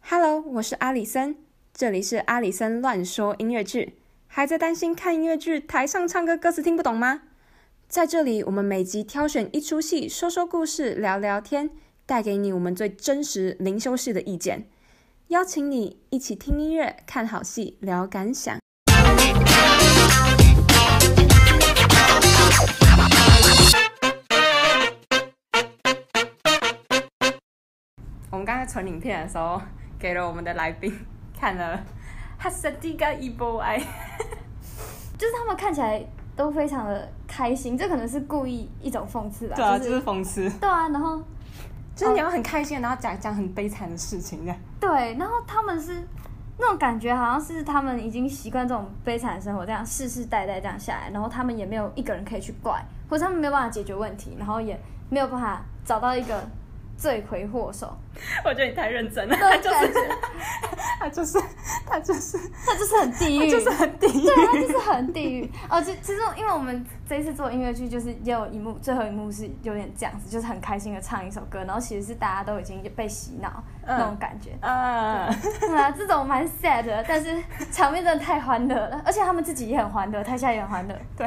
Hello，我是阿里森，这里是阿里森乱说音乐剧。还在担心看音乐剧台上唱歌歌词听不懂吗？在这里，我们每集挑选一出戏，说说故事，聊聊天，带给你我们最真实、零修饰的意见，邀请你一起听音乐、看好戏、聊感想。我们刚才存影片的时候，给了我们的来宾 看了《哈萨蒂嘎伊波埃》。就是他们看起来都非常的开心，这可能是故意一种讽刺吧。对啊，就、就是是讽刺。对啊，然后就是你要很开心，然后讲讲很悲惨的事情，这样。对，然后他们是那种感觉，好像是他们已经习惯这种悲惨的生活，这样世世代代这样下来，然后他们也没有一个人可以去怪，或者他们没有办法解决问题，然后也没有办法找到一个罪魁祸首。 我觉得你太认真了，那种感觉， 他就是他就是他就是很地狱，就是很低。对，它就是很地狱。哦，其其实因为我们这一次做音乐剧，就是也有一幕，最后一幕是有点这样子，就是很开心的唱一首歌，然后其实是大家都已经被洗脑、嗯那种感觉。啊，对啊，这种蛮 sad 的，但是场面真的太欢乐了，而且他们自己也很欢乐，台下也很欢乐。对。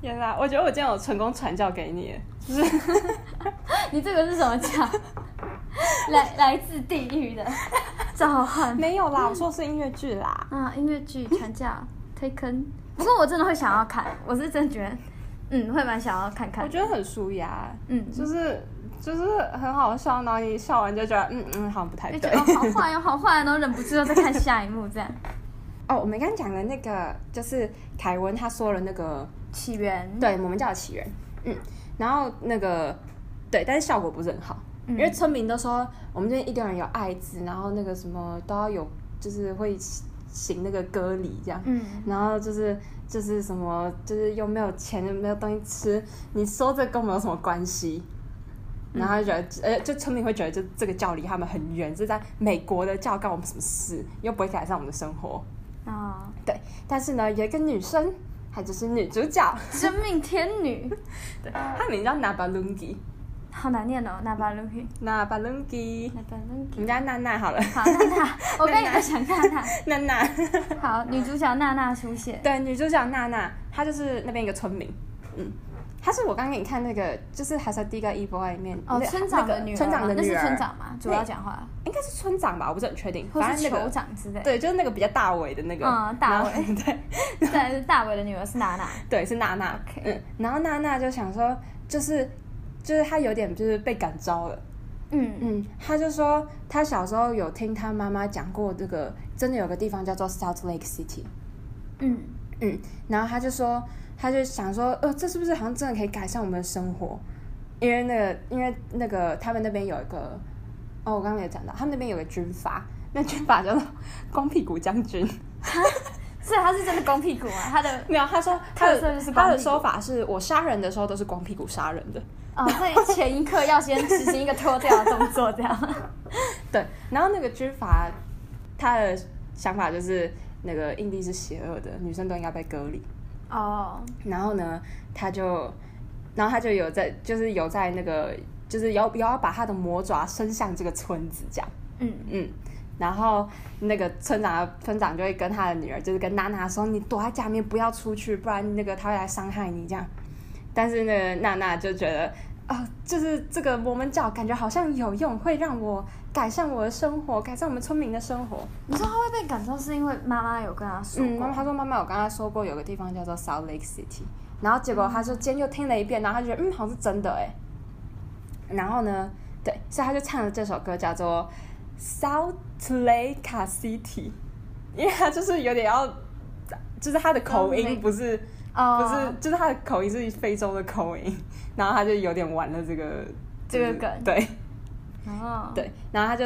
原来我觉得我今天有成功传教给你， 你这个是什么奖？ 来来自地狱的召唤没有啦，我说是音乐剧啦。啊！音乐剧全叫 Taken，不过我真的会想要看，我是真觉得，嗯，会蛮想要看看。我觉得很舒压，嗯，就是就是很好笑，然后你笑完就觉得嗯嗯，好像不太就觉对 得。哦好坏哦，好坏哦，然后忍不住又再看下一幕，这样哦，我们刚刚讲的那个就是凯文他说了那个起源，对，我们叫起源。嗯，然后那个对，但是效果不是很好，嗯因为村民都说我们这边一定要有艾滋，然后那个什么都要有，就是会行那个隔离这样。嗯，然后就是就是什么，就是又没有钱，又没有东西吃，你说这跟我们有什么关系？嗯然后他就觉得，呃，就村民会觉得，就这个教离他们很远，是在美国的教干我们什么事，又不会改善我们的生活。啊、对，但是呢，有一个女生，她就是女主角，真命天女， 对，她名叫 Nabalungi。好难念哦，那巴鲁克，那巴伦基，那巴鲁我们家娜娜好了， 好，娜娜，我刚也在想娜娜，娜娜，好，女主角娜娜出现，对，女主角娜娜，她就是那边一个村民，嗯，她是我刚给你看那个，就是《哈萨蒂格伊波爱》里面哦，那村长的那女个儿村嘛，长的那女是儿，村长嘛，主要讲话，应该是村长吧，我不是很确定，或反是正那酋个长之类， 对，就是那个比较大尾的那个，嗯大尾然后 对再来是大伟的女儿是娜娜，对，是娜娜 OK 嗯，然后娜娜就想说，就是就是她有点就是被感召了。嗯，嗯，他就说他小时候有听他妈妈讲过这个，真的有个地方叫做 Salt Lake City。嗯，嗯，然后他就说，他就想说，呃，这是不是好像真的可以改善我们的生活？因为那个，因为那个他们那边有一个，哦，我刚刚有讲到，他们那边有个军阀，那军阀叫做 光屁股将军。所以她是真的光屁股啊，她的没有，他说他的特色就是光他屁股的说法是我杀人的时候都是光屁股杀人的。哦，所以前一刻要先执行一个脱掉的动作，这样， 对，然后那个军阀他的想法就是那个印第是邪恶的，女生都应该被割礼。哦，然后呢，他就，然后他就有在，就是有在那个，就是有有要把他的魔爪伸向这个村子这样，嗯，嗯。然后那个村长村长就会跟他的女儿，就是跟娜娜说：“你躲在家里面不要出去，不然那个他会来伤害你。”这样。但是那个娜娜就觉得啊、就是这个摩门教感觉好像有用，会让我改善我的生活，改善我们村民的生活。你说她会被感动是因为妈妈有跟她说嗯，过妈妈她说妈妈有跟她说过有个地方叫做 Salt Lake City，然后结果她就今天又听了一遍，然后她就觉得嗯好像是真的哎，然后呢，对，所以她就唱了这首歌叫做 Salt Lake City，因为她就是有点要，就是她的口 Salt Lake 音不是不是哦，，就是她的口音是非洲的口音，然后她就有点玩了这个这个就是梗对哦，对，然后她就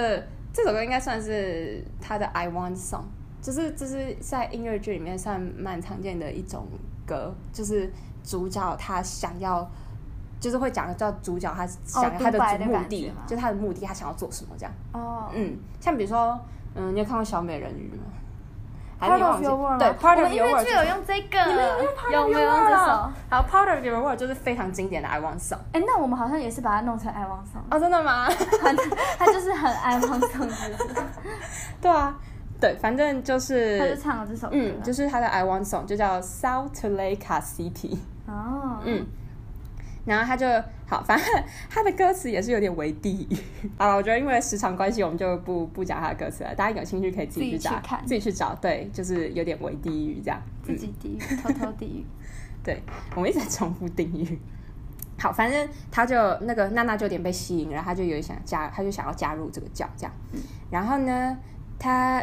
这首歌应该算是她的 I Want Song。就是就是在音乐剧里面算蛮常见的一种歌，就是主角他想要，就是会讲叫主角他想要他哦独白的目感的，觉吗就是他的目的，他想要做什么这样。哦，嗯嗯，像比如说，嗯，你有看过《小美人鱼》吗？还是 Part 你 of 忘记 your world 对吗，Part of 我们音 your 乐 world 剧就有是。用这个，你们有用 Part 有 of 没 your 有用 world 这首啊？好，Part of your world 就是非常经典的 I Want Song。哎、那我们好像也是把它弄成爱忘 颂，哦，真的吗？ 它它就是很爱忘颂，是不是？对啊，对，反正就，他就是唱了这首歌。嗯，就是他的 I Want Song 就叫 South to Lake City。 哦，嗯，然后他就好，反正他的歌词也是有点为地狱。 好了，我觉得因为时长关系，我们就不不讲他的歌词了。大家有兴趣可以自己去自己找，去看自己去找。对，就是有点为地狱这样。自己地狱，偷偷地狱。对，我们一直在重复定义。 好，反正他就那个娜娜就有点被吸引，然后他就有点想加，他就想要加入这个教这样。嗯然后呢，他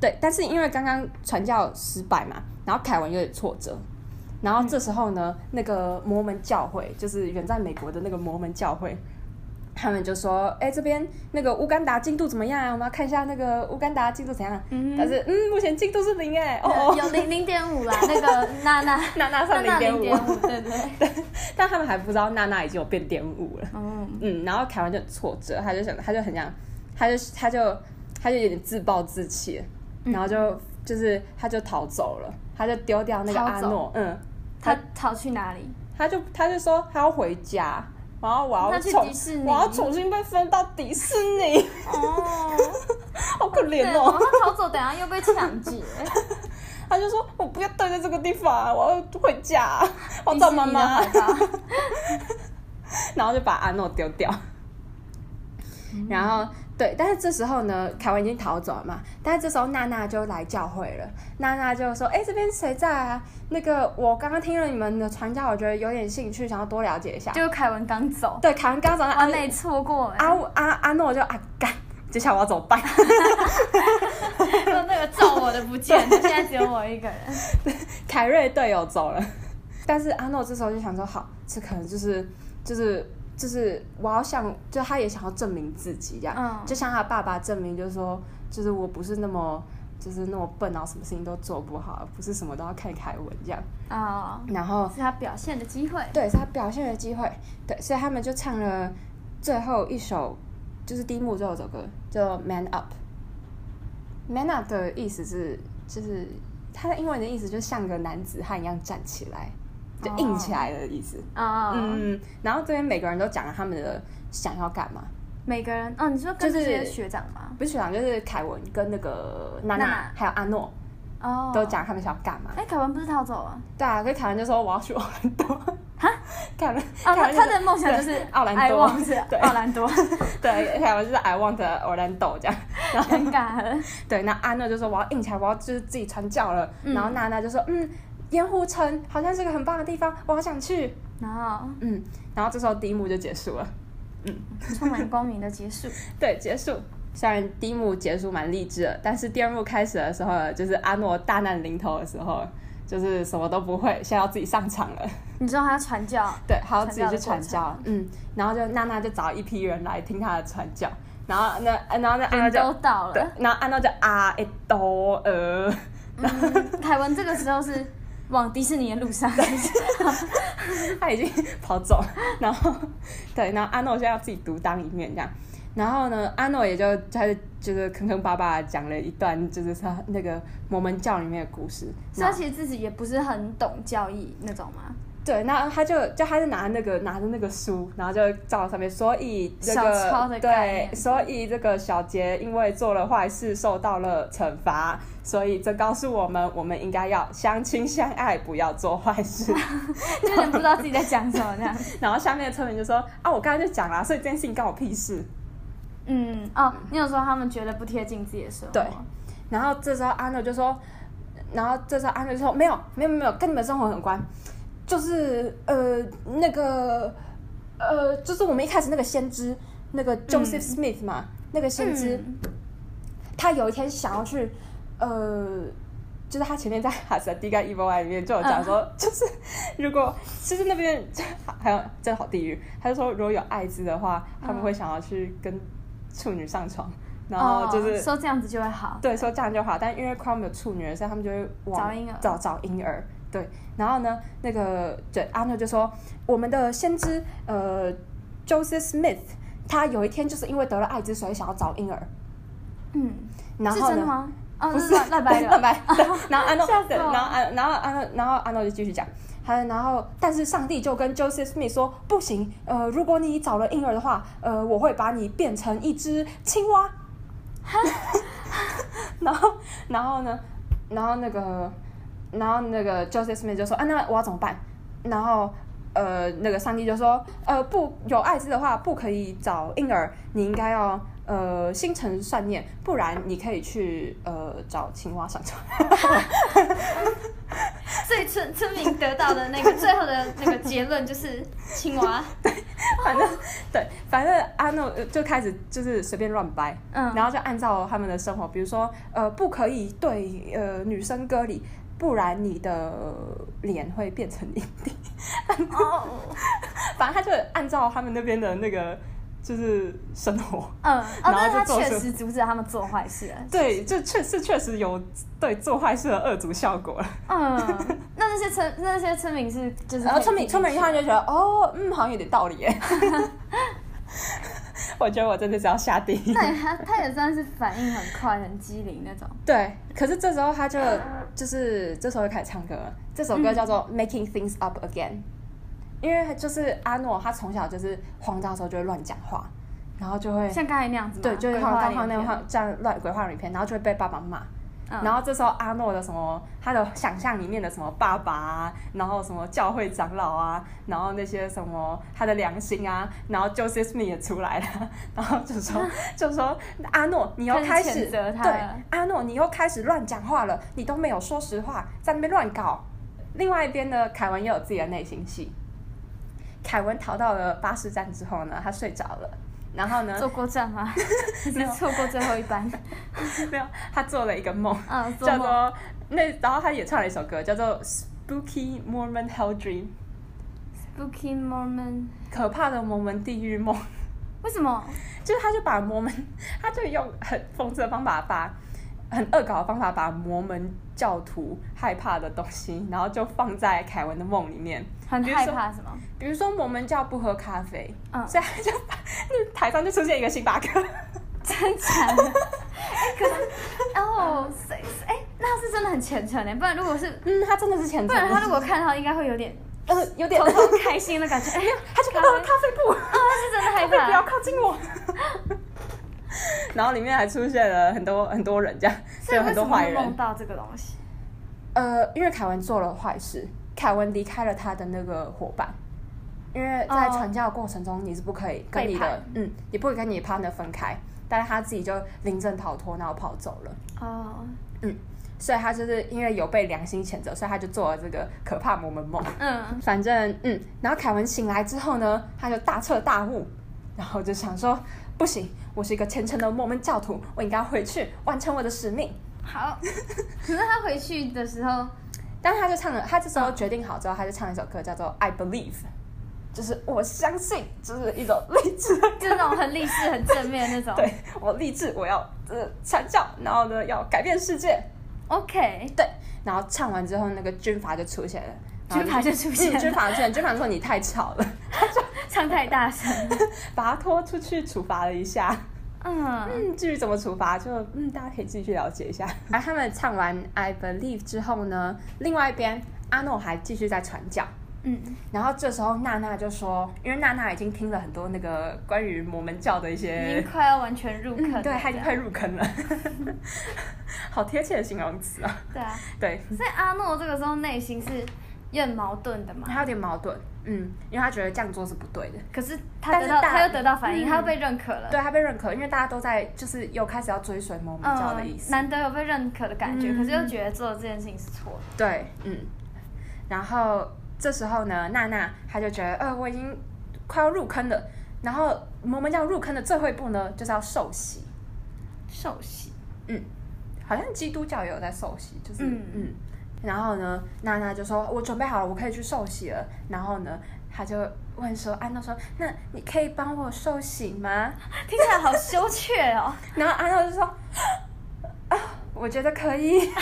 对，但是因为刚刚传教失败嘛，然后凯文有点挫折。然后这时候呢，那个摩门教会，就是远在美国的那个摩门教会，他们就说：“哎，这边那个乌干达进度怎么样啊？我们要看一下那个乌干达进度怎样。嗯但是嗯，目前进度是零哎，哦哦， 有零零点五啦，那个娜娜， 娜娜娜上0.5娜零点五，对对。但他们还不知道娜娜已经有变点五了。嗯，嗯，然后凯文就很挫折，他就想，他就很想，他就他就他就有点自暴自弃，嗯然后就就是他就逃走了，他就丢掉那个阿逃诺，嗯，他逃去哪里？他就他就说他要回家，然后我他要去重迪士尼我要重新被分到迪士尼， 哦，好可对，怜然后哦。他逃走，等下又被抢 劫。他就说我不要待在这个地方，啊我要回 家，我要找妈妈。迪士尼的怀抱 然后就把阿诺丢掉。然后对，但是这时候呢，凯文已经逃走了嘛。但是这时候娜娜就来教会了，娜娜就说：“哎，这边谁在啊？那个我刚刚听了你们的传教，我觉得有点兴趣，想要多了解一下。就凯文刚走”，对，凯文刚刚讲完阿美啊错过哎，阿阿阿诺就啊干，接下来我要怎么办？就那个照我的不见了，现在只有我一个人。凯瑞队友走了， 但是阿诺这时候就想说，好，这可能就是就是就是我要想，就他也想要证明自己一样，嗯就像他爸爸证明，就是说，就是我不是那么就是那么笨，啊然后什么事情都做不好，不是什么都要看凯文这样， 啊，然后是他表现的机会。对，是他表现的机会，对，所以他们就唱了最后一首，就是第一幕最后一首歌，叫《Man Up》。Man Up 的意思是，就是它的英文的意思，就像个男子汉一样站起来，哦就硬起来的意思。啊，嗯，然后这边每个人都讲了他们的想要干嘛，每个人，哦，你说跟就这是些学长吗？不是学长就是凯文跟那个娜娜娜娜还有阿诺哦，都。讲他们想要干嘛。哎，凯文不是逃走了？对啊，所以凯文就说我要去奥兰多。哈，凯文啊，凯文他就他说的梦想就是对奥兰多爱忘是对奥兰多， 对，凯文就是 I want Orlando 这样。尴尬了。对，那安娜就说我要硬起来，我要就是自己传教了。然后娜娜就说，嗯，盐湖城好像是个很棒的地方，我好想去。然后嗯，然后这时候第一幕就结束了。充满光明的结束。对，结束。虽然第一幕结束蛮励志的，但是第二幕开始的时候呢，就是阿诺大难临头的时候，就是什么都不会，现在要自己上场了。你知道他传 教，对，还要自己去传传教教。嗯，然后就娜娜就找一批人来听他的传教，然后那然后那安娜人就都到对了。，然后按照就啊诶哆呃，嗯，凯文这个时候是往迪士尼的路上，他已经跑走了，然后对，然后阿诺现在要自己独当一面这样，然后呢，阿诺也就他就就是坑坑巴巴地讲了一段，就是他那个摩门教里面的故事，所那以他其实自己也不是很懂教义那种嘛。对，那他就就他就拿那个拿着那个书，然后就照上面，所以这小抄个的概对，念所以这个小杰因为做了坏事受到了惩罚，所以这告诉我们，我们应该要相亲相爱，不要做坏事。 就有点不知道自己在讲什么这样。然后下面的村民就说：“啊，我刚才就讲啦，所以这件事情关我屁事。嗯，哦，你有说他们觉得不贴近自己的生活，对”然后这时候安诺就说，然后这时候安诺就说：“没有，没有，没有，跟你们生活很有关，就是呃那个呃，就是我们一开始那个先知，那个 Joseph Smith 嘛，那个先知，嗯他有一天想要去呃。”就是他前面在《哈萨蒂嘎 Evil Eye》里面就有讲说，嗯就是如果就是那边就还有这好地狱，他就说如果有艾滋的话，他们会想要去跟处女上床，然后就是、哦、说这样子就会好。对，说这样就好，但因为 Chrome 有处女了，所以他们就会往找婴儿找找婴儿。对，然后呢，那个对阿诺就说，我们的先知呃 Joseph Smith，他有一天就是因为得了艾滋，所以想要找婴儿。嗯，然是后真的呢，吗？哦，不那是是赖赖 白乱的， 掰。对然后安诺，吓死对我了然后安，然后安诺，然后安诺就继续讲。还然后，但是上帝就跟 Joseph Smith 说：“不行，呃，如果你找了婴儿的话，呃，我会把你变成一只青蛙。” 然后，然后呢？然后那个，然后那个 Joseph Smith 就说：“啊，那我要怎么办？”然后，呃，那个上帝就说：“呃，不有艾滋的话，不可以找婴儿，你应该要呃心存善念，不然你可以去呃找青蛙上床。 所以村村民得到的那个最后的那个结论就是青 蛙，”对，反正阿诺呃就开始就是随便乱掰，嗯，然后就按照他们的生活，比如说呃，不可以对呃女生割礼，不然你的脸会变成阴蒂。哦， 反正他就按照他们那边的那个就是生活，嗯，哦， 然后但是他就做出确实阻止他们做 坏事了，对，就确是确实有对做坏事的恶毒效果了。嗯，那那些村那些村民是就是 然后村民村民一看看就觉得，哦，嗯，好像有点道理 耶。我觉得我真的是要下地狱。对他他也算是反应很快很机灵那种， 对，可是这时候他就就是这时候就开始唱歌了，这首歌叫做《Making Things Up Again》，因为就是阿诺他从小就是慌张的时候就会乱讲话，然后就会像刚才那样子嘛，对，就是鬼像话刚连刚那篇样话，这样乱鬼话连篇，然后就会被爸爸骂。嗯然后这时候阿诺的什么，他的想象里面的什么爸爸啊，然后什么教会长老啊，然后那些什么他的良心啊，然后 Joseph Smith 也出来了，然后就 说就说阿诺，你又开开始始谴责他对了阿诺，你又开始乱讲话了，你都没有说实话，在那边乱搞。另外一边呢，凯文也有自己的内心戏。凯文逃到了巴士站之后呢，他睡着了，然后呢，坐过 站吗？只是错过最后一班，没有，他做了一个梦，嗯，做叫梦做那，然后他也唱了一首歌，叫做《Spooky Mormon Hell Dream》， Spooky Mormon，可怕的摩门地狱梦。 为什么？就是他就把摩门， 他就用很讽刺的方法把。很恶搞的方法，把摩门教徒害怕的东西，然后就放在凯文的梦里面。很比如害说怕什么？比如说，摩门教不喝咖啡，嗯所以他就把 那台上就出现一个星巴克。真假的？哎可是，哦，谁谁哎，那他是真的很虔诚哎，不然如果是， 嗯，他真的是虔诚不的。然他如果看到，应该会有点呃有点，偷他偷开心的感觉。哎，就看到了咖啡布。哦，他是真的害你不要怕，靠近我。 然后里面还出现了很多很多人，这样就所以有很为什多么坏会梦人。到这个东西？呃，因为凯文做了坏事，凯文离开了他的那个伙伴，因为在哦传教的过程中，你是不可以跟你背的叛嗯，你不可以跟你的 partner 分开，但是他自己就临阵逃脱，然后跑走了。哦，所以他就是因为有被良心谴责，所以他就做了这个可怕魔门梦。嗯，反正嗯，然后凯文醒来之后呢，他就大彻大悟，然后就想说，不行，我是一个虔诚的摩门教徒，我应该回去完成我的使命。好。可是他回去的时候，但是他就唱了，他这时候决定好之后，他就唱了一首歌叫做《I Believe》，就是我相信，就是一种励志的就那种很励志、很正面那种。 对我励志，我要呃传教，然后呢要改变世界。 ，OK，对，然后唱完之后，那个军阀就出现了，然后军阀就出现嗯军了，阀出现，军阀说你太吵了，唱太大声了。把他拖出去处罚了一下。嗯，嗯，至于怎么处罚，就嗯，大家可以自己去了解一 下。而他们唱完《I Believe》之后呢，另外一边阿诺还继续在传教。嗯，然后这时候娜娜就说，因为娜娜已经听了很多那个关于摩门教的一已些经，快要完全入坑了、嗯对，她已经快入坑了，好贴切的形容词啊。对啊，对，所以阿诺这个时候内心是有点矛盾的嘛。她有点矛盾，嗯，因为她觉得这样做是不对的。可是他但得是到，大他又得到反应，嗯他又被认可了。对她被认可，因为大家都在就是又开始要追随摩门教的意思。嗯难得有被认可的感觉，嗯可是又觉得做的这件事情是错的。对，嗯。然后这时候呢，娜娜她就觉得，呃，我已经快要入坑了。然后摩门教入坑的最后一步呢，就是要受洗。嗯受洗，好像基督教也有在受洗，就是嗯嗯然后呢，娜娜就说：“我准备好了，我可以去受洗了。”然后呢，她就问说：“安诺说，那你可以帮我受洗吗听起来好羞怯 哦。？”然后安诺就说：“啊，啊我觉得可以。”听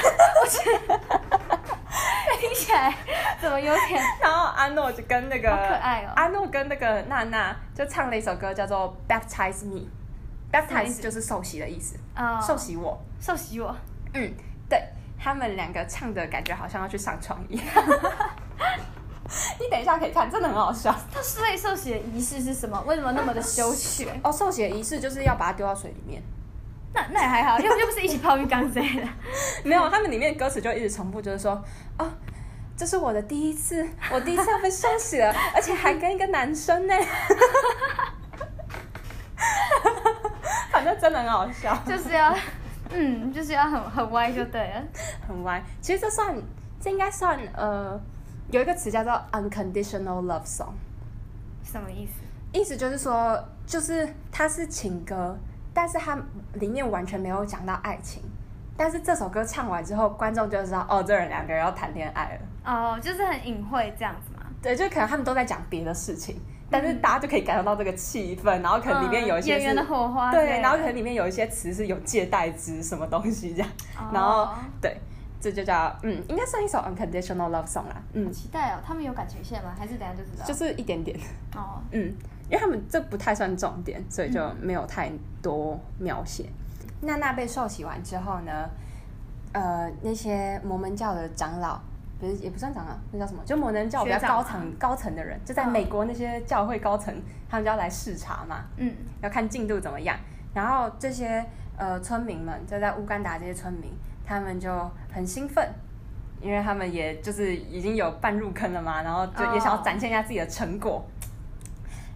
起来怎么有点……然后阿诺就跟那个好可爱哦阿诺跟那个娜娜就唱了一首歌，叫做《Baptize Me》什么意，Baptize 思就是受洗的意思，呃，受洗我。受洗我，嗯，对他们两个唱的感觉好像要去上床一样。 你等一下可以看，真的很好笑。那所以受洗的仪式是什么？为什么那么的羞耻？哦，受洗的仪式就是要把它丢到水里面。那那也还好，又又不是一起泡浴缸之类的。 没有，他们里面歌词就一直重复，就是说啊、这是我的第一次，我第一次要被受洗了， 而且还跟一个男生呢。 反正真的很好笑，就是要，嗯，就是要很很歪就对了。很歪。其实这算，这应该算呃，有一个词叫做 unconditional love song，什么意思？意思就是说，就是它是情歌，但是它里面完全没有讲到爱情。但是这首歌唱完之后，观众就知道哦，这人两个人要谈恋爱了。哦，就是很隐晦这样子嘛。对，就可能他们都在讲别的事情，嗯但是大家就可以感受到这个气氛，然后可能 里面有一些演是、员的火花之类的。对，然后可能里面有一些词是有借代之什么东西这样，哦然后对，这就叫嗯，应该算一首 unconditional love song 啦，嗯，期待哦，他们有感情线吗？还是等下就知道？就是一点点，哦，嗯，因为他们这不太算重点，所以就没有太多描写。娜娜被受洗完之后呢，呃，那些摩门教的长老。不是，也不算长老，那叫什么？就摩门教比较学长高啊层高层的人，就在嗯美国那些教会高层，他们就要来视察嘛。嗯，要看进度怎么样。然后这些呃村民们，就在乌干达这些村民，他们就很兴奋，因为他们也就是已经有半入坑了嘛，然后就哦也想要展现一下自己的成果。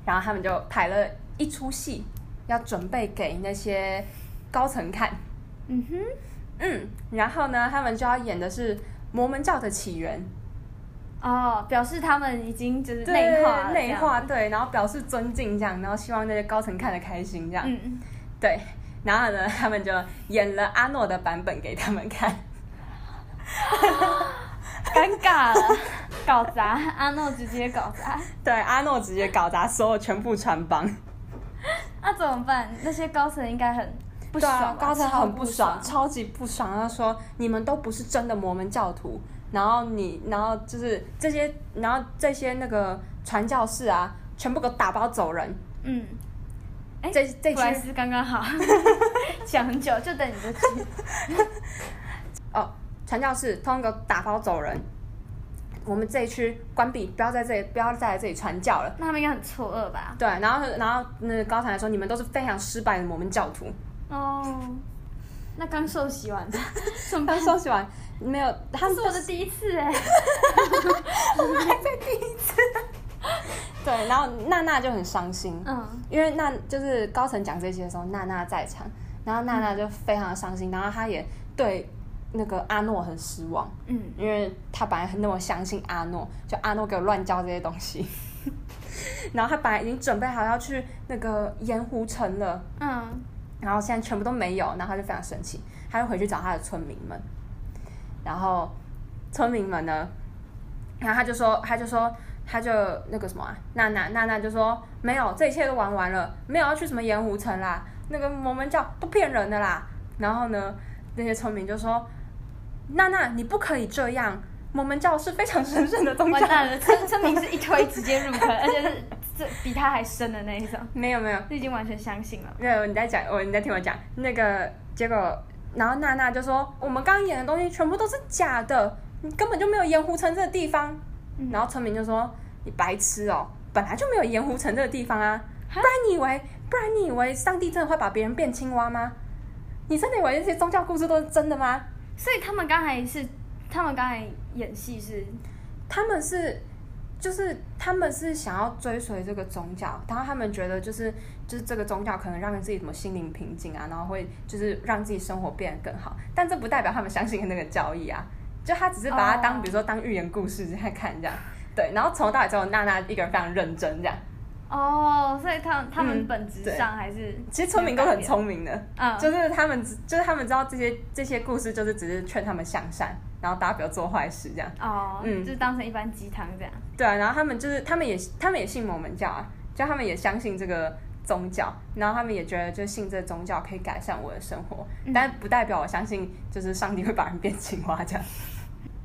然后他们就排了一出戏，要准备给那些高层看。嗯哼，嗯，然后呢，他们就要演的是摩门教的起源，哦，表示他们已经就是对内化了内化，，对，然后表示尊敬这样，然后希望那些高层看得开心这这样样。嗯，对，然后呢，他们就演了阿诺的版本给他们看。 尴尬了， 搞砸，阿诺直接搞砸，对，阿诺直接搞砸所有全部穿帮，那啊怎么办？那些高层应该很不对爽啊吧，高层超很不不爽，超级不爽。他说：“你们都不是真的摩门教徒，然后你，然后就是这些，然后这些那个传教士啊，全部给我打包走人。嗯，哎这这布莱句斯刚 刚好，讲很久，就等你这句，哦，传教士通通给我打包走人。我们这一区关闭，不要在这里，不要再来这里传教了。”那他们应该很错愕吧？对，然后然后那个高层还说你们都是非常失败的摩门教徒。哦，那刚受洗完 的，怎么刚办？收起完没有，他们这是我的第一 次哎，对，然后娜娜就很伤心，嗯，因为娜就是高层讲这些的时候，娜娜在场，然后娜娜就非常的伤心，然后她也对那个阿诺很失望，嗯。因为她本来很那么相信阿诺，就阿诺给我乱教这些东西， 然后她本来已经准备好要去那个盐湖城了。嗯，然后现在全部都没有，然后他就非常生气，他就回去找他的村民们，然后村民们呢，然后他就说，他就说，他就那个什么啊，娜娜娜娜就说，没有，这一切都玩完了，没有要去什么盐湖城啦，那个摩门教都骗人的啦。然后呢，那些村民就说，娜娜你不可以这样，摩门教是非常神圣的宗完教。蛋了，村村民是一推直接入坑， 而且是这比他还深的那一种， 没有没有，就已经完全相信了。那你在讲，我你在听我讲那个结果，然后娜娜就说我们刚刚演的东西全部都是假的，你根本就没有盐湖城这个地方。嗯然后村民就说你白痴哦，本来就没有盐湖城这个地方啊，不然你以为不然你以为上帝真的会把别人变青蛙吗？你真的以为这些宗教故事都是真的吗？所以他们刚才是，他们刚才演戏是，他们是，就是他们是想要追随这个宗教，然后他们觉得就是就是这个宗教可能让自己什么心灵平静啊，然后会就是让自己生活变得更好，但这不代表他们相信那个教义啊，就他只是把它当、哦比如说当寓言故事在看这样，对，然后从头到尾只有娜娜一个人非常认真这样，哦，所以他他嗯们本质上还是、其实村民都很，聪明的，嗯，就是他们只就是他们知道这些这些故事就是只是劝他们向善，然后大家不要做坏事这样。哦，嗯就是当成一般鸡汤这样。对啊，然后他们就是他们也他们也信摩门教啊，就他们也相信这个宗教，然后他们也觉得就信这宗教可以改善我的生活，嗯但不代表我相信就是上帝会把人变青蛙这样。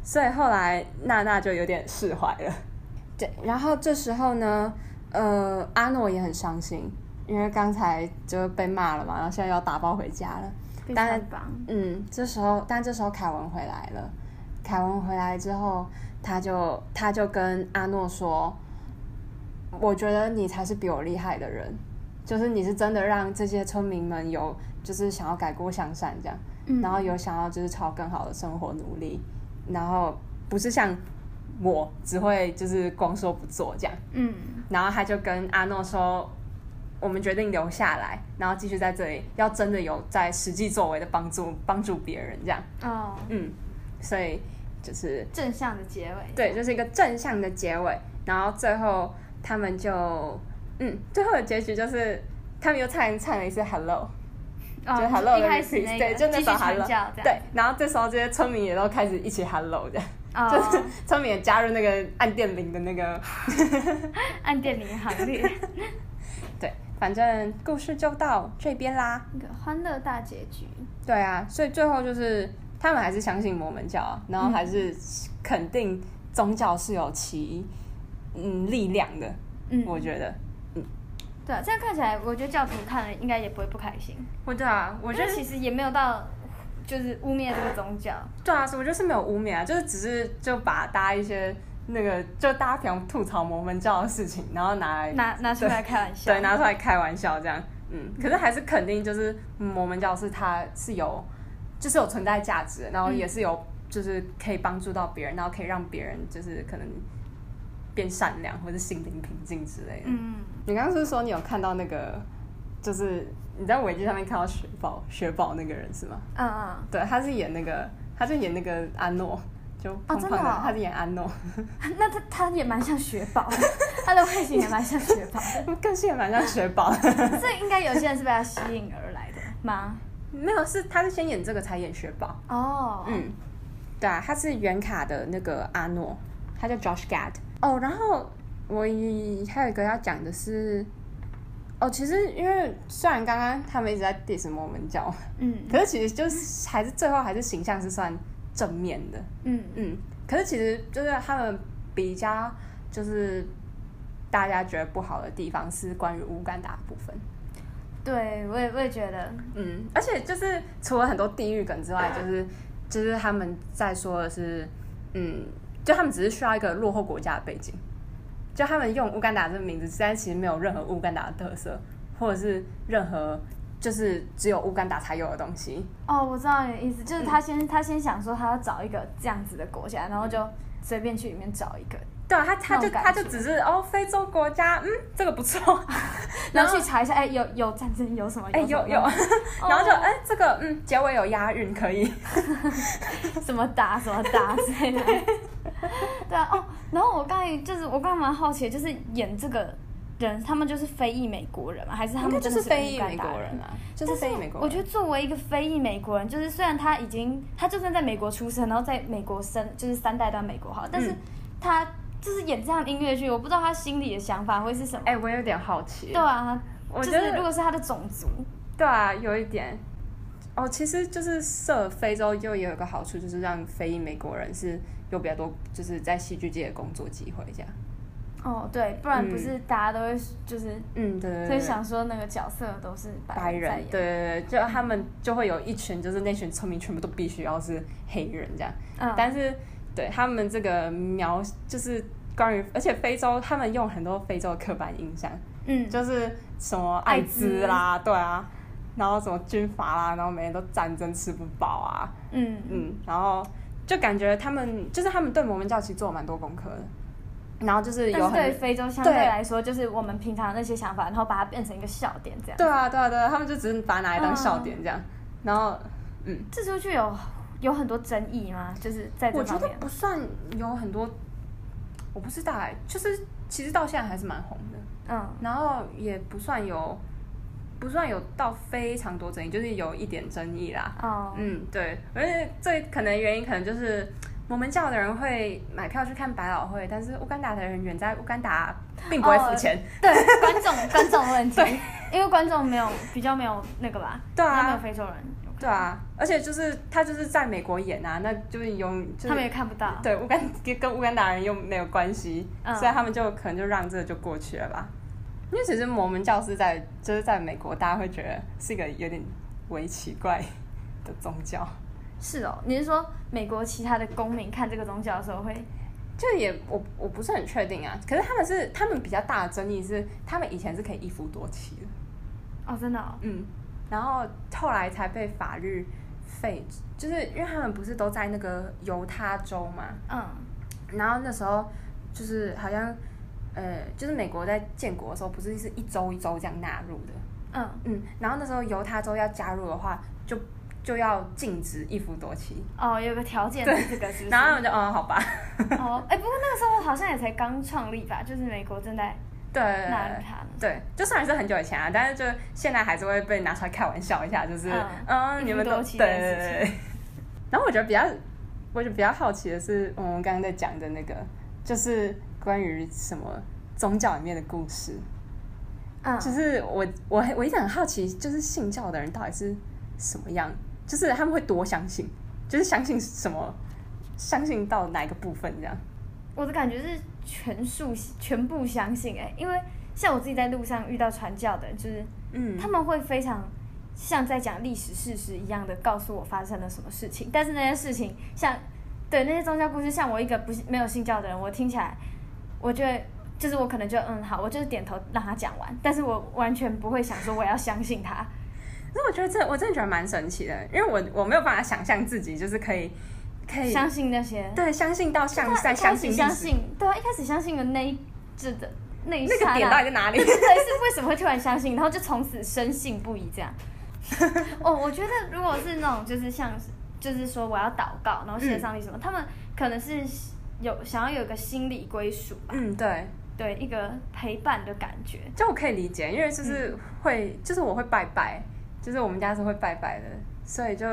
所以后来娜娜就有点释怀了。对，然后这时候呢，呃，阿诺也很伤心，因为刚才就被骂了嘛，然后现在要打包回家了。被当然穿帮，嗯，这时候，但这时候凯文回来了。凯文回来之后，他就他就跟阿诺说：“我觉得你才是比我厉害的人，就是你是真的让这些村民们有就是想要改过向善这样，嗯然后有想要就是朝更好的生活努力，然后不是像我只会就是光说不做这样。”嗯，然后他就跟阿诺说，我们决定留下来，然后继续在这里，要真的有在实际作为的帮助帮助别人这样，哦，嗯，所以就是正向的结尾，对，这、是一个正向的结尾，然后最后他们就嗯，最后的结局就是他们又唱唱了一次 Hello，、哦，就是 Hello 一的开始 repeat，那个对，就那继续首 Hello，传教这样，对，然后这时候这些村民也都开始一起 Hello 的，哦， 就是村民也加入那个按电铃的那个按电铃行列， 对，反正故事就到这边啦。那个欢乐大结局，对啊，所以最后就是他们还是相信摩门教啊，然后还是肯定宗教是有其嗯力量的，嗯，我觉得。对啊，这样看起来，我觉得教徒看了应该也不会不开心，我对啊，我我觉得其实也没有到就是污蔑这个宗教，对啊，我就是没有污蔑啊，就是只是就把大家一些那个就大家平常吐槽摩门教的事情，然后拿来拿拿出来开玩笑，对拿出来开玩笑这样，嗯，可是还是肯定就是摩门教是它是有就是有存在价值的，然后也是有就是可以帮助到别人，然后可以让别人就是可能变善良或者心灵平静之类的。嗯，你刚刚是说你有看到那个就是你在维基上面看到雪宝雪宝那个人是吗？嗯嗯对，他是演那个他就演那个安诺。就胖胖真的哦他是演安诺， 嗯，那他他也蛮像雪宝的，他的外形也蛮像雪 宝的，更是也蛮像雪宝。这应该有些人是被他吸引而来的吗？ 没有，是他是先演这个才演雪宝。哦，嗯，对啊，他是原卡的那个阿诺，他叫 Josh Gad。哦，然后我也还有一个要讲的是，哦，其实因为虽然刚刚他们一直在 diss 摩门教，嗯可是其实就是还是最后还是形象是算正面的，嗯嗯，可是其实就是他们比较就是大家觉得不好的地方是关于乌干达的部分。对我也我也觉得，嗯，而且就是除了很多地域梗之外，就是就是他们在说的是，嗯，就他们只是需要一个落后国家的背景，就他们用乌干达这个名字，但其实没有任何乌干达的特色，或者是任何就是只有乌干达才有的东西。哦，我知道你的意思，嗯就是他先、他先想说他要找一个这样子的国家，然后嗯就随便去里面找一个，对啊，他他就那种感他就觉只是哦，非洲国家，嗯，这个不 错，然后去查一下，哎、有有战争有什么？哎、什么哦有有， 然后就哎、这个嗯，结尾有押韵，可以。什么打什么打之类的。 对啊，哦，然后我刚才就是我刚才蛮好奇的，就是演这个人，他们就是非裔美国人嘛，还是他应该们就真是的非乌裔干美达国人？啊，就是非裔美国人。我觉得作为一个非裔美国人，就是虽然他已经他就算在美国出生，然后在美国生，就是三代都在美国好，但是嗯他就是演这样的音乐剧，我不知道他心里的想法会是什么。哎、我有点好奇。对啊，我就觉得是如果是他的种族，对啊，有一点。哦，其实就是设非洲就也有个好处，就是让非裔美国人是有比较多，就是在戏剧界的工作机会这样。哦，对，不然嗯不是大家都会就是，嗯，对对所对对。以想说那个角色都是白人在人，演，对对对，就他们就会有一群，就是那群村民全部都必须要是黑人这样。嗯，但是对他们这个描，就是关于，而且非洲他们用很多非洲的刻板印象，嗯，就是什么艾滋啦，对啊，然后什么军阀啦，然后每天都战争吃不饱啊，嗯嗯，然后就感觉他们就是他们对摩门教其实做了蛮多功课的，然后就是但有是对于很非洲相对对来说，就是我们平常那些想法，然后把它变成一个笑点这样。对啊对啊对啊，他们就只是把它拿来当笑点这样，然后嗯，这出剧有有很多争议吗？就是在这我觉方得面，不算有很多，我不知道哎、就是其实到现在还是蛮红的，嗯然后也不算有不算有到非常多争议，就是有一点争议啦，哦，嗯，对，而且最可能原因可能就是摩门教的人会买票去看百老汇，但是乌干达的人远在乌干达并不会哦付钱。对，观众观众问题，因为观众没有比较没有那个吧，对啊比较没有非洲人，对啊，而且就是他就是在美国演啊，那就是有就是他们也看不到。对乌干跟跟乌干达人又没有关系，嗯所以他们就可能就让这就过去了吧。因为其实摩门教是在就是在美国，大家会觉得是一个有点为奇怪的宗教，是哦，你是说美国其他的公民看这个宗教的时候会？就也我我不是很确定啊。可是他们是他们比较大的争议是，他们以前是可以一夫多妻的，哦，真的哦，嗯，然后后来才被法律废止，就是因为他们不是都在那个犹他州嘛，嗯，然后那时候就是好像，呃，就是美国在建国的时候，不是是一州一州这样纳入的，嗯，嗯，然后那时候犹他州要加入的话，就就要禁止一夫多妻，哦，有个条件是这个是不是？然后我就嗯好吧， 哦，哎、不过那个时候好像也才刚创立吧，就是美国正在对纳入它呢。对，就虽然是很久以前啊，但是就现在还是会被拿出来开玩笑一下，就是嗯嗯一夫你们都多对妻对这件事对。对 然后我觉得比较，我觉得比较好奇的是，我们刚刚在讲的那个，就是关于什么宗教里面的故事。嗯，就是我我我一直很好奇，就是信教的人到底是什么样，就是他们会多相信，就是相信什么，相信到哪一个部分这样。我的感觉是全数全部相信哎、因为像我自己在路上遇到传教的人，就是嗯他们会非常像在讲历史事实一样的告诉我发生了什么事情，但是那些事情像对那些宗教故事，像我一个不是没有信教的人，我听起来我就会就是我可能就嗯好，我就是点头让他讲完，但是我完全不会想说我要相信他。可是我觉得这我真的觉得蛮神奇的，因为我我没有办法想象自己就是可以可以相信那些，对相信到像他在一相开信始历史相信，对啊，一开始相信的那一这的那一那刹个点到那底在哪里 对，？是为什么会突然相信，然后就从此深信不疑 这样。哦，我觉得如果是那种就是像是就是说我要祷告，然后献上你嗯什么，他们可能是有想要有一个心理归属吧，嗯，对，对一个陪伴的感觉。就我可以理解，因为就是嗯会，就是我会拜拜，就是我们家是会拜拜的，所以就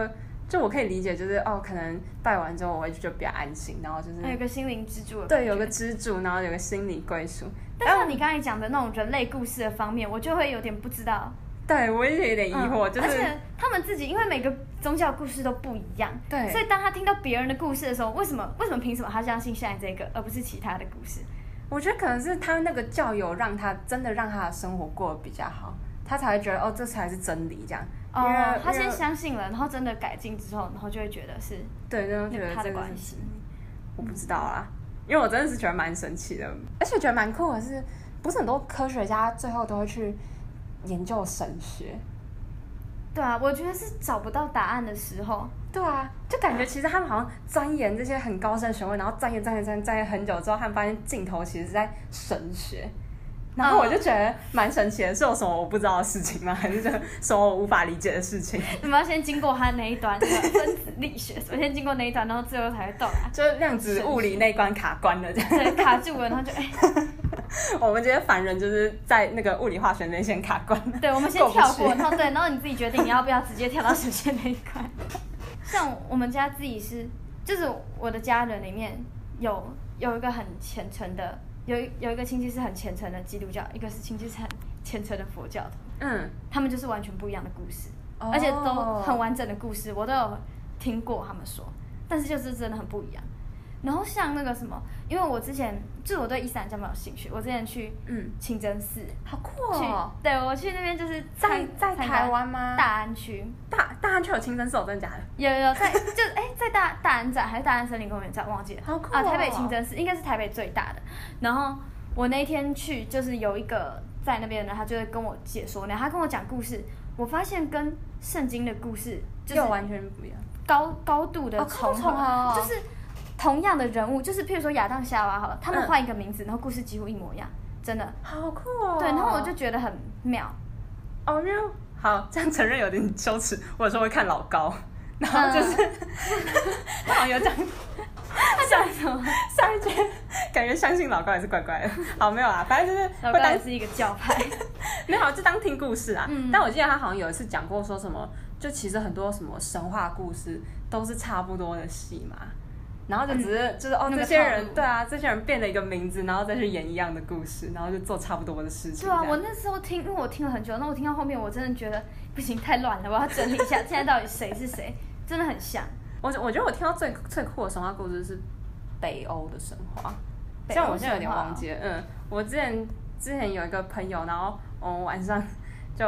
就我可以理解，就是哦，可能拜完之后我会就比较安心，然后就是有一个心灵支柱的感对觉有个支柱，然后有个心理归属。但像你刚才讲的那种人类故事的方面，我就会有点不知道对我也有点疑惑，嗯就而是且他们自己，因为每个宗教故事都不一样，对所以当他听到别人的故事的时候，为什么为什么凭什么他相信现在这个，而不是其他的故事？我觉得可能是他那个教友让他真的让他的生活过得比较好，他才会觉得哦，这才是真理这样。因为哦，他因为先相信了，然后真的改进之后，然后就会觉得是对，那种觉得那他这的个关是系。我不知道啦，因为我真的是觉得蛮神奇的，而且觉得蛮酷的是，不是很多科学家最后都会去研究神学？对啊，我觉得是找不到答案的时候， 对啊，就感觉其实他们好像钻研这些很高深的学问，然后钻研钻研钻研钻研很久之后，他们发现尽头其实是在神学。嗯然后我就觉得蛮神奇的，是有什么我不知道的事情吗？还是说什么我无法理解的事 情？你们要先经过他那一端， 分子力学，首先经过那一端，然后最后才会到 达。就是量子物理那一关卡关了，这样。对，卡住了，然后就哎、我们这些凡人就是在那个物理化学那线卡关了。对，我们先过不跳去过，然后对，然后你自己决定你要不要直接跳到神仙那一块。 像我们家自己是，就是我的家人里面有有一个很虔诚的，有一有一个亲戚是很虔诚的基督教，一个是亲戚是很虔诚的佛教的，嗯，他们就是完全不一样的故事，哦而且都很完整的故事，我都有听过他们说，但是就是真的很不一样。然后像那个什么，因为我之前就是我对伊斯兰教蛮有兴趣，我之前去嗯，清真寺，好酷去哦！，对我去那边就是在参在参台加湾吗？大安区，大大安区有清真寺，我真的假的？有有有在就哎、在大大安站还是大安森林公园站忘记了，好酷啊！哦台北清真寺应该是台北最大的。然后我那一天去就是有一个在那边的人，他就会跟我解说，然后他跟我讲故事，我发现跟圣经的故事就是又完全不一样。高高度的哦重高度合，重合哦就是同样的人物，就是譬如说亚当夏娃好了，他们嗯换一个名字，然后故事几乎一模一样，真的。好酷哦！对，然后我就觉得很妙。哦，因为好这样承认有点羞耻，我有时候会看老高，然嗯后就是、 他好像有讲他讲什 么？上一句，感觉相信老高也是怪怪的。好，没有啦，反正就是老会高当也是一个教派。没有，就当听故事啊。嗯但我记得他好像有一次讲过说什么，就其实很多什么神话故事都是差不多的戏嘛。然后就只是、就是哦，那个这些套人路对啊，这些人变了一个名字，然后再去演一样的故事，然后就做差不多的事情。对啊，这样我那时候听，因为我听了很久，那我听到后面，我真的觉得不行，太乱了，我要整理一下，现在到底谁是谁，真的很像。 我我觉得我听到最最酷的神话故事是北欧的神话，北欧像我现在有点神话忘记了。嗯，我之前之前有一个朋友，然后我晚上就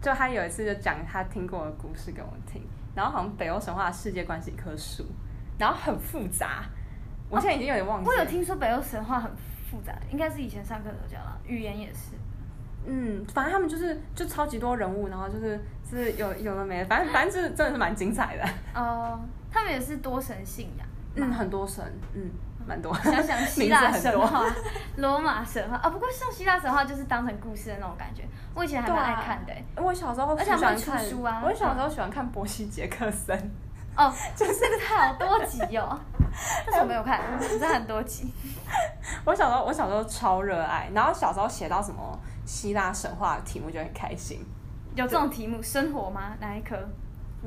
就他有一次就讲他听过的故事给我听，然后好像北欧神话的世界观是一棵树，然后很复杂，我现在已经有点忘记哦我了。有听说北欧神话很复杂，应该是以前上课有讲了，语言也是。嗯，反正他们就是就超级多人物，然后就是就是有有的没的，反正反正就是真的是蛮精彩的。哦、他们也是多神信 仰。嗯，很多神，嗯，蛮多。想想 名希字腊很神多话、 罗马神话啊，不过像希腊神话就是当成故事的那种感觉，我以前还蛮爱看的欸、我小时候而且他喜欢们会看出书啊我小时候喜欢看波西·杰克森， 啊哦，就是那个好多集哦，但是我没有看，只是很多集。我小时候我小时候超热爱，然后小时候写到什么希腊神话的题目就很开心。有这种题目，生活吗？哪一科？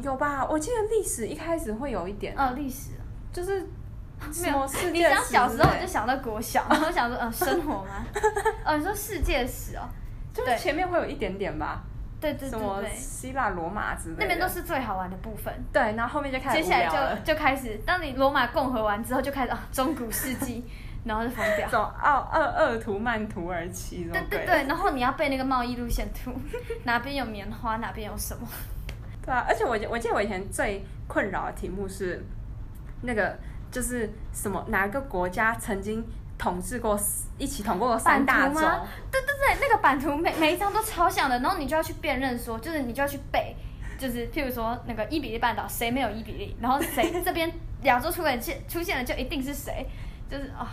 有吧？我记得历史一开始会有一点，哦，历史。就是没什么有世，你界想史小时候我之就类想到 国小，然后想说，嗯、生活吗？哦，你说世界史哦，就是前面会有一点点吧，对对什对么对，希腊、罗马之类的，那边都是最好玩的部分。对，然后后面就开接始无下聊来了。就就开始，当你罗马共和完之后，就开始啊，中古世 纪，然后就疯掉什。么奥奥鄂图曼土耳其什么对鬼的？对对，然后你要背那个贸易路线图， 哪边有棉花，哪边有什么。对啊，而且我记我记得我以前最困扰的题目是那个就是什么哪个国家曾经统治过一起统过三大版洲图？吗对对对，那个版图每每一张都超像的，然后你就要去辨认说，就是你就要去背，就是譬如说那个伊比利半岛谁没有伊比利，然后谁这边亚洲出现出现了就一定是谁，就是 哦，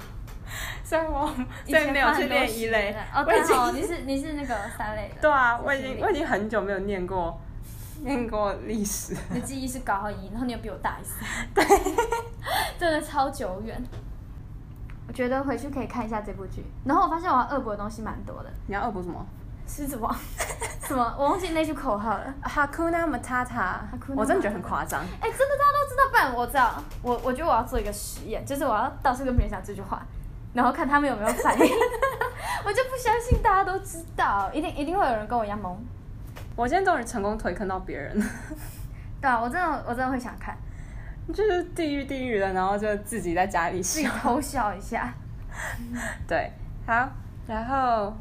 所以我以所以前没有花去很多练时一间类的。哦，我已对经哦，你是你是那个三类的， 对啊， 我已是经历我已经很久没有念过念过历史。你的记忆是高一，然后你又比我大一 岁，对， 真的超久远。我觉得回去可以看一下这部剧，然后我发现我要恶补的东西蛮多的，你要恶补什么狮子王， 什么我忘记那句口号了。 ？Hakuna Matata， Hakuna 我真的觉得很夸张。哎、真的大家都知道，不然我知道，我我觉得我要做一个实验，就是我要到处跟别人讲这句话，然后看他们有没有反 应。我就不相信大家都知道，一定一定会有人跟我一样懵。我今天终于成功推坑到别人了， 对啊，我真的我真的会想看，就是地狱地狱的，然后就自己在家里自己笑。偷笑一下。对，好，然后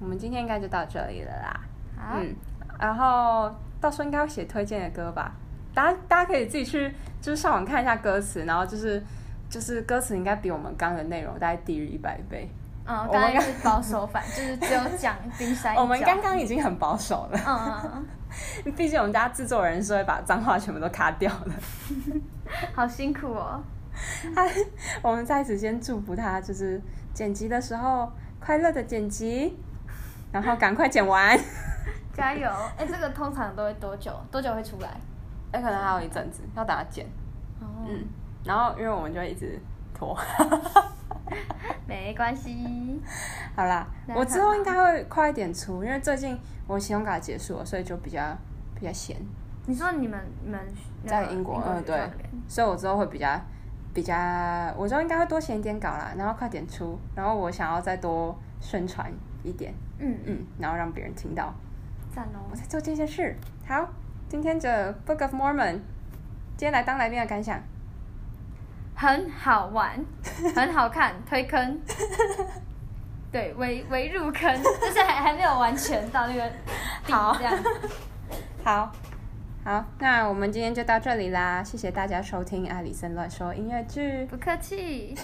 我们今天应该就到这里了啦。好，嗯，然后到时候应该要写推荐的歌吧，大家大家可以自己去就是上网看一下歌词，然后就是就是歌词应该比我们刚的内容大概低于一百倍。嗯，我们刚才是保守反，就是只有讲冰山一角。我们刚刚已经很保守了，嗯 嗯毕竟我们家制作人是会把脏话全部都卡掉的。嗯，好辛苦哦。 我们在此先祝福他，就是剪辑的时候快乐的剪辑，然后赶快剪完。加油！哎、这个通常都会多久？多久会出来？那哎可能还有一阵子要等他剪。哦，嗯，然后因为我们就会一直拖。没关系。 好啦，那我很之后应该会快一点出，因为最近我信用卡结束了，所以就比较比较闲，你说你们你们那在个英国，学嗯，校对那边，所以我之后会比较比较，我之后应该会多写一点稿啦，然后快点出，然后我想要再多宣传一点，嗯，嗯，然后让别人听到赞哦我。在做这些事。好，今天的 Book of Mormon，今天来当来宾的感想，很好玩，很好看，推坑。对，微微入坑，就是还还没有完全到那个底好这样。好。好，那我们今天就到这里啦，谢谢大家收听《阿里森乱说音乐剧》。不客气。